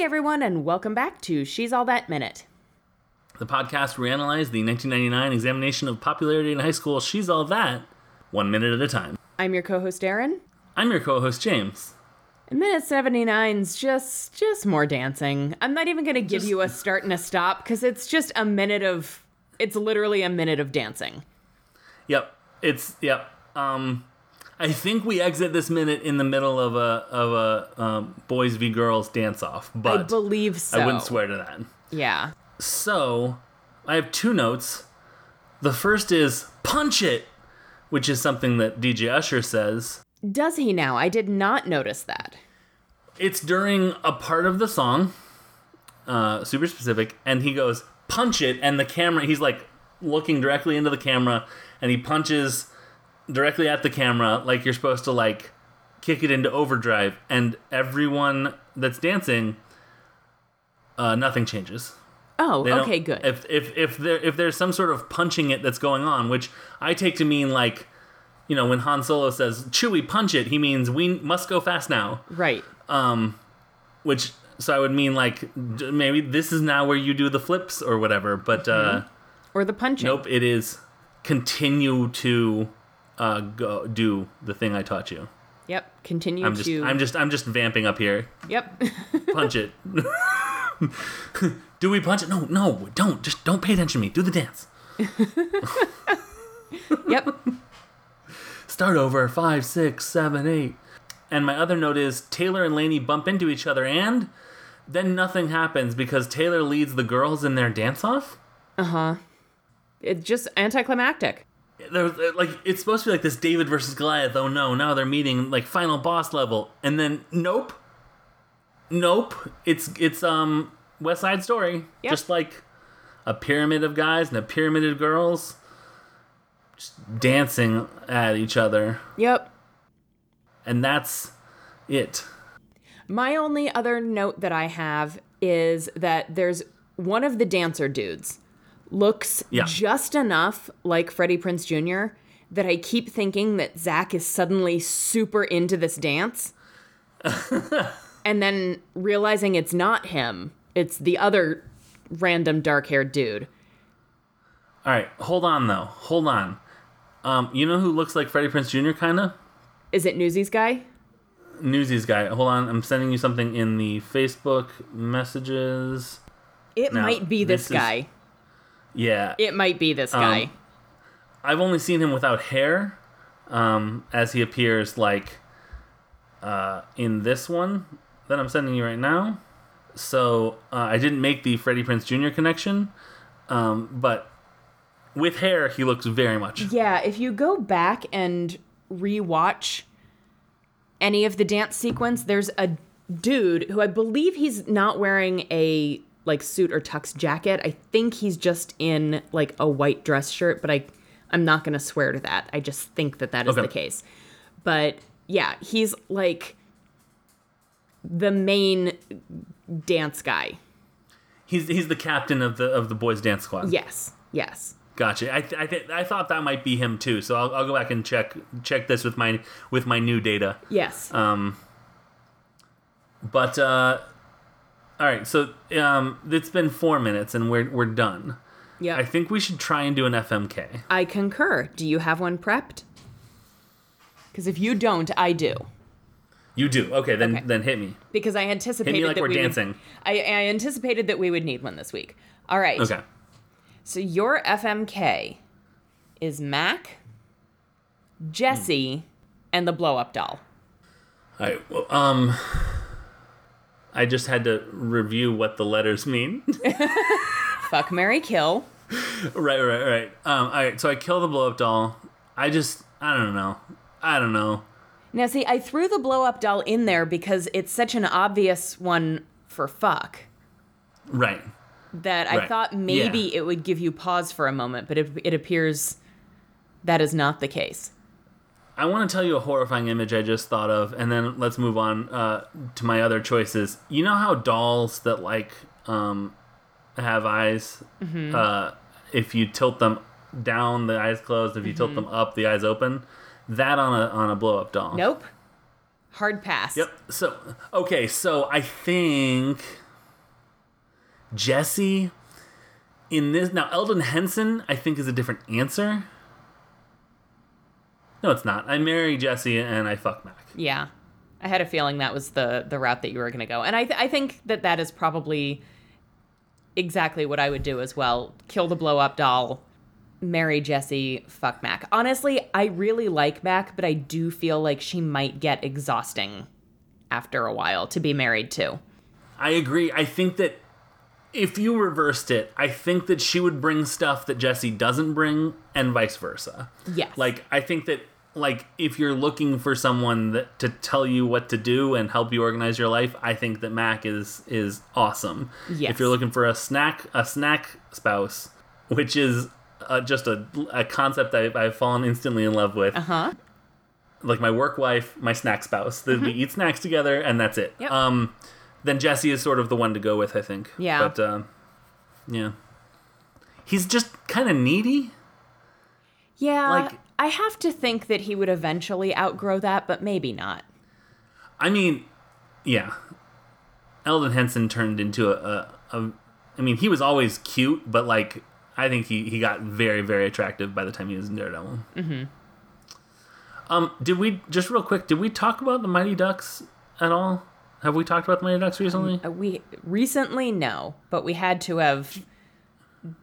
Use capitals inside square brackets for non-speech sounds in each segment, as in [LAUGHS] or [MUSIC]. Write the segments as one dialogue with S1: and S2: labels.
S1: everyone, and welcome back to She's All That Minute.
S2: The podcast reanalyzed the 1999 examination of popularity in high school, She's All That, one minute at a time.
S1: I'm your co-host Aaron.
S2: I'm your co host, James.
S1: And minute 79's just just more dancing. I'm not even going to give
S2: Just-
S1: you a start and a stop cuz it's just a minute of it's literally a minute of dancing.
S2: Yep. It's, yep. Um, I think we exit this minute in the middle of a of a um, boys v girls dance off, but
S1: I believe so.
S2: I wouldn't swear to that.
S1: Yeah.
S2: So, I have two notes. The first is punch it, which is something that DJ Usher says.
S1: Does he now? I did not notice that.
S2: It's during a part of the song, uh, super specific, and he goes, punch it, and the camera, he's like looking directly into the camera, and he punches directly at the camera like you're supposed to like kick it into overdrive, and everyone that's dancing, uh, nothing changes.
S1: Oh,
S2: They don't-
S1: okay, good.
S2: If if if there if there's some sort of punching it that's going on, which I take to mean like, you know, when Han Solo says "Chewie, punch it," he means we must go fast now.
S1: right.
S2: Which so I would mean like d- maybe this is now where you do the flips or whatever. But uh,
S1: Or the punching.
S2: nope, it is continue to uh, go do the thing I taught you.
S1: Yep. Continue
S2: I'm just
S1: to
S2: I'm just I'm just vamping up here.
S1: Yep. [LAUGHS]
S2: Punch it. [LAUGHS] do we punch it? No, no, don't. Just don't pay attention to me. Do the dance.
S1: yep.
S2: start over five six seven eight and my other note is taylor and laney bump into each other and then nothing happens because taylor leads the girls in their dance off
S1: It's just anticlimactic.
S2: There- there- like it's supposed to be like this david versus goliath oh no now they're meeting like final boss level and then nope nope it's it's um west side story
S1: Yep.
S2: just like a pyramid of guys and a pyramid of girls just dancing at each other
S1: Yep.
S2: and that's it
S1: My only other note that I have is that there's one of the dancer dudes looks
S2: Yeah.
S1: just enough like Freddie Prince Jr. that I keep thinking that Zach is suddenly super into this
S2: [LAUGHS]
S1: dance. and then realizing it's not him, it's the other random dark haired dude.
S2: All right, hold on though. Hold on. Um, you know who looks like Freddie Prince Jr. kind of?
S1: Is it Newsies guy?
S2: Newsies guy. Hold on, I'm sending you something in the Facebook messages.
S1: It
S2: No,
S1: might be this,
S2: this is- Um,
S1: guy.
S2: Yeah,
S1: It might be this guy.
S2: I've only seen him without hair, um, as he appears like uh, in this one that I'm sending you right now. So uh, I didn't make the Freddie Prince Jr. connection, um, but with hair he looks very much.
S1: Yeah, if you go back and rewatch any of the dance sequence, there's a dude who I believe he's not wearing a like suit or tux jacket. I think he's just in like a white dress shirt, but I I'm not going to swear to that. I just think that that is
S2: Okay.
S1: the case. But yeah, he's like the main dance guy.
S2: He's he's the captain of the of the boys dance squad.
S1: Yes. Yes.
S2: Gotcha. I th- I, th- I thought that might be him too. So I'll, I'll go back and check check this with my with my new data.
S1: Yes.
S2: Uh, But uh, all right, so um, it's been four minutes and we're we're done.
S1: yeah.
S2: I think we should try and do an FMK.
S1: I concur. Do you have one prepped? Because if you don't, I do.
S2: You do okay? Then
S1: Okay.
S2: then hit me.
S1: Because I anticipated
S2: like
S1: that
S2: we're
S1: we would-
S2: dancing.
S1: I, I anticipated that we would need one this week. All right.
S2: Okay.
S1: So your FMK is Mac, Jesse, and the blow up doll.
S2: All right. Well, um, I just had to review what the letters mean. [LAUGHS]
S1: Fuck Mary Kill.
S2: right, right, right. Um, all right. So I kill the blow up doll. I just I don't know. I don't know.
S1: Now see, I threw the blow up doll in there because it's such an obvious one for fuck
S2: Right.
S1: that I
S2: Right.
S1: thought maybe
S2: Yeah.
S1: it would give you pause for a moment, but it, it appears that is not the case.
S2: I want to tell you a horrifying image I just thought of, and then let's move on uh, to my other choices. You know how dolls that like um, have eyes, uh, if you tilt them down, the eyes closed. If you tilt them up, the eyes open. That on a on a blow up doll.
S1: Nope. Hard pass.
S2: Yep. So okay, so I think Jesse in this now Eldon Henson I think is a different answer. No, it's not. I marry Jesse and I fuck Mac.
S1: Yeah, I had a feeling that was the the route that you were going to go, and I th- I think that that is probably exactly what I would do as well. Kill the blow up doll, marry Jesse, fuck Mac. Honestly, I really like Mac, but I do feel like she might get exhausting after a while to be married to.
S2: I agree. I think that if you reversed it, I think that she would bring stuff that Jesse doesn't bring and vice versa.
S1: Yes.
S2: Like I think that like if you're looking for someone that, to tell you what to do and help you organize your life, I think that Mac is is awesome.
S1: Yes.
S2: If you're looking for a snack a snack spouse, which is uh, just a, a concept I, I've fallen instantly in love with.
S1: huh?
S2: Like my work wife, my snack spouse. That We eat snacks together, and that's it.
S1: Mm-hmm. Yep.
S2: Um, then Jesse is sort of the one to go with, I think.
S1: Yeah.
S2: But um, yeah, he's just kind of needy.
S1: Yeah.
S2: Like-
S1: I have to think that he would eventually outgrow that, but maybe not.
S2: I mean, yeah. Eldon Henson turned into a, a, a. I mean, he was always cute, but like, I think he, he got very, very attractive by the time he was in Daredevil. Mm-hmm. Um, did we, just real quick, did we talk about the Mighty Ducks at all? Have we talked about the Mighty Ducks recently?
S1: Uh, We recently no, but we had to have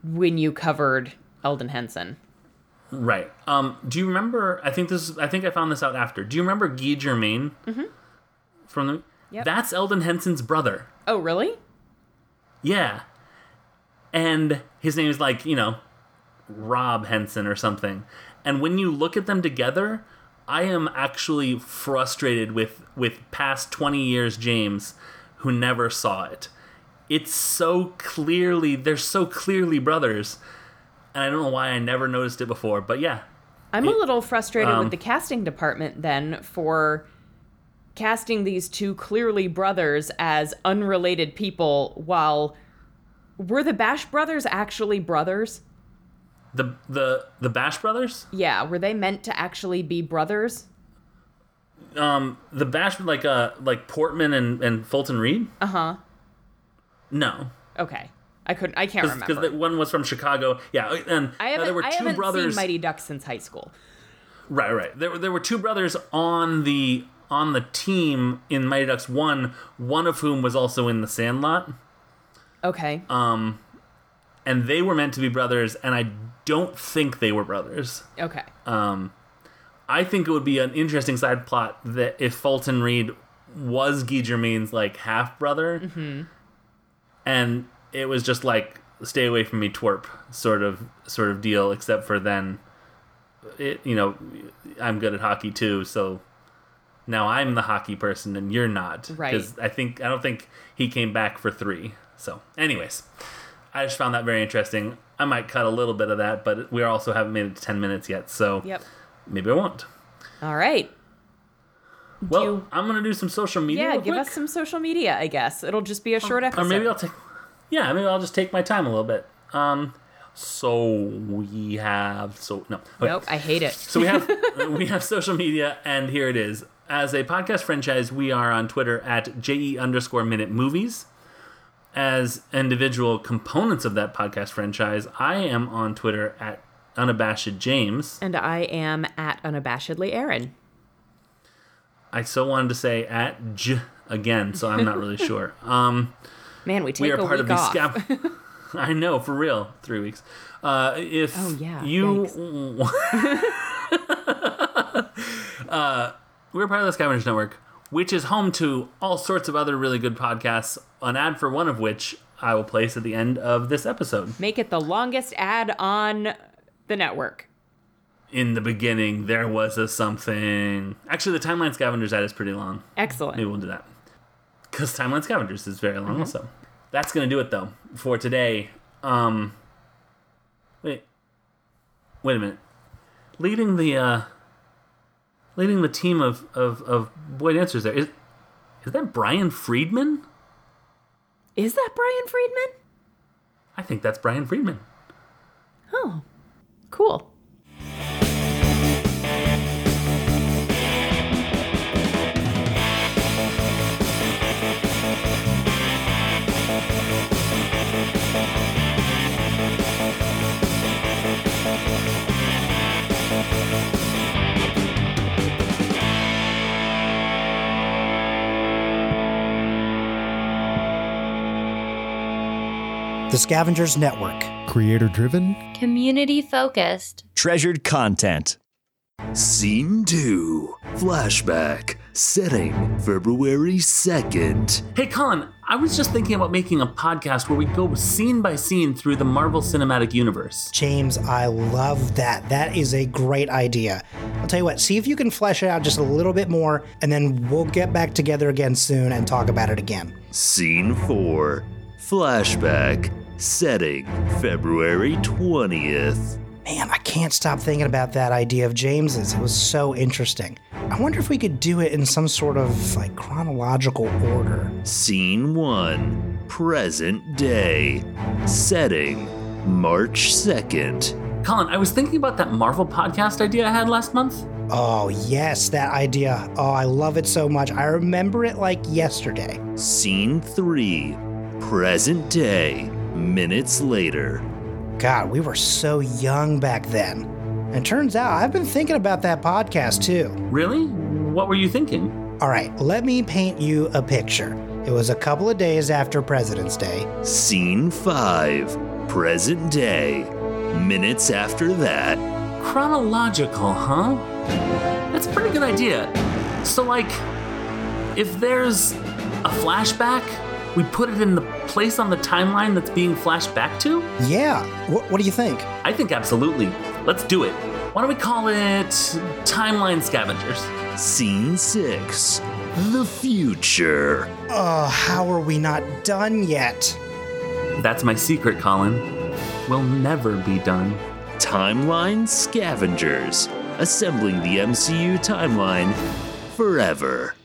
S1: when you covered Eldon Henson.
S2: Right. Um, do you remember? I think this. I think I found this out after. Do you remember Guy Germain? Mm-hmm. From the.
S1: Yep.
S2: That's Eldon Henson's brother.
S1: Oh, really?
S2: Yeah. And his name is like, you know, Rob Henson or something. And when you look at them together, I am actually frustrated with with past 20 years James who never saw it. It's so clearly they're so clearly brothers. And I don't know why I never noticed it before, but yeah.
S1: I'm a little frustrated with the casting department then for casting these two clearly brothers as unrelated people while were the Bash brothers actually brothers?
S2: The the the Bash brothers?
S1: Yeah, were they meant to actually be brothers?
S2: Um the Bash like uh like Portman and and Fulton Reed?
S1: Uh-huh.
S2: No.
S1: Okay. I couldn't I can't remember.
S2: because one was from Chicago. Yeah, and
S1: I
S2: uh,
S1: haven't,
S2: there were
S1: I
S2: two
S1: haven't
S2: brothers.
S1: seen Mighty Ducks since high school.
S2: Right, right. There were there were two brothers on the on the team in Mighty Ducks one. One of whom was also in the Sandlot,
S1: Okay.
S2: Um, and they were meant to be brothers. And I don't think they were brothers.
S1: okay.
S2: uh, I think it would be an interesting side plot that if Fulton Reed was Guy Germain's like half brother,
S1: Mm-hmm.
S2: and it was just like stay away from me, twerp sort of sort of deal. Except for then, it you know, I'm good at hockey too, so now I'm the hockey person and you're not.
S1: Right.
S2: I think I don't think he came back for three. So, anyways, I just found that very interesting. I might cut a little bit of that, but we also haven't made it to ten minutes yet, so
S1: Yep.
S2: maybe I won't.
S1: All right.
S2: Well,
S1: you-
S2: I'm gonna do some social media.
S1: Yeah,
S2: real
S1: give
S2: quick.
S1: us some social media, I guess. It'll just be a short episode.
S2: Oh, Or maybe I'll take. Yeah, maybe I'll just take my time a little bit. Um, so we have so no. okay.
S1: Nope, I hate it.
S2: So
S1: [LAUGHS]
S2: we have uh, we have social media, and here it is. As a podcast franchise, we are on Twitter at je underscore minute movies. As individual components of that podcast franchise, I am on Twitter at unabashed James.
S1: And I am at unabashedly Aaron.
S2: I so wanted to say at j again, so I'm
S1: [LAUGHS]
S2: not really sure. Um,
S1: Man, we take
S2: we are
S1: a
S2: part
S1: week
S2: of the
S1: off.
S2: scab.
S1: [LAUGHS]
S2: I know for real. Three weeks. Uh, if
S1: Oh, yeah.
S2: you, uh, [LAUGHS] we're part of the Scavengers Network, which is home to all sorts of other really good podcasts. An ad for one of which I will place at the end of this episode.
S1: Make it the longest ad on the network.
S2: In the beginning, there was a something. Actually, the Timeline Scavengers ad is pretty long.
S1: Excellent.
S2: Maybe we'll do that. Because Timeline Scavengers is very long, also. That's going to do it, though, for today. Um, wait. Wait a minute. Leading the, uh, leading the team of, of, of boy dancers there, is, is that Brian Friedman?
S1: Is that Brian Friedman?
S2: I think that's Brian Friedman.
S1: Oh, cool.
S3: The Scavengers Network.
S4: Creator driven.
S5: Community focused.
S6: Treasured content.
S7: Scene 2 Flashback Setting February 2nd.
S2: Hey, Colin, I was just thinking about making a podcast where we go scene by scene through the Marvel Cinematic Universe.
S3: James, I love that. That is a great idea. I'll tell you what, see if you can flesh it out just a little bit more, and then we'll get back together again soon and talk about it again.
S7: Scene 4 Flashback Setting February 20th.
S3: Man, I can't stop thinking about that idea of James's. It was so interesting. I wonder if we could do it in some sort of like chronological order.
S7: Scene 1 Present Day. Setting March 2nd.
S2: Colin, I was thinking about that Marvel podcast idea I had last month.
S3: Oh, yes, that idea. Oh, I love it so much. I remember it like yesterday.
S7: Scene 3 Present Day. Minutes later.
S3: God, we were so young back then. And turns out I've been thinking about that podcast too.
S2: Really? What were you thinking?
S3: All right, let me paint you a picture. It was a couple of days after President's Day.
S7: Scene 5 Present Day. Minutes after that.
S2: Chronological, huh? That's a pretty good idea. So, like, if there's a flashback, we put it in the place on the timeline that's being flashed back to?
S3: Yeah, what, what do you think?
S2: I think absolutely. Let's do it. Why don't we call it Timeline Scavengers?
S7: Scene 6 The Future.
S3: Oh, how are we not done yet?
S2: That's my secret, Colin. We'll never be done.
S7: Timeline Scavengers. Assembling the MCU timeline forever.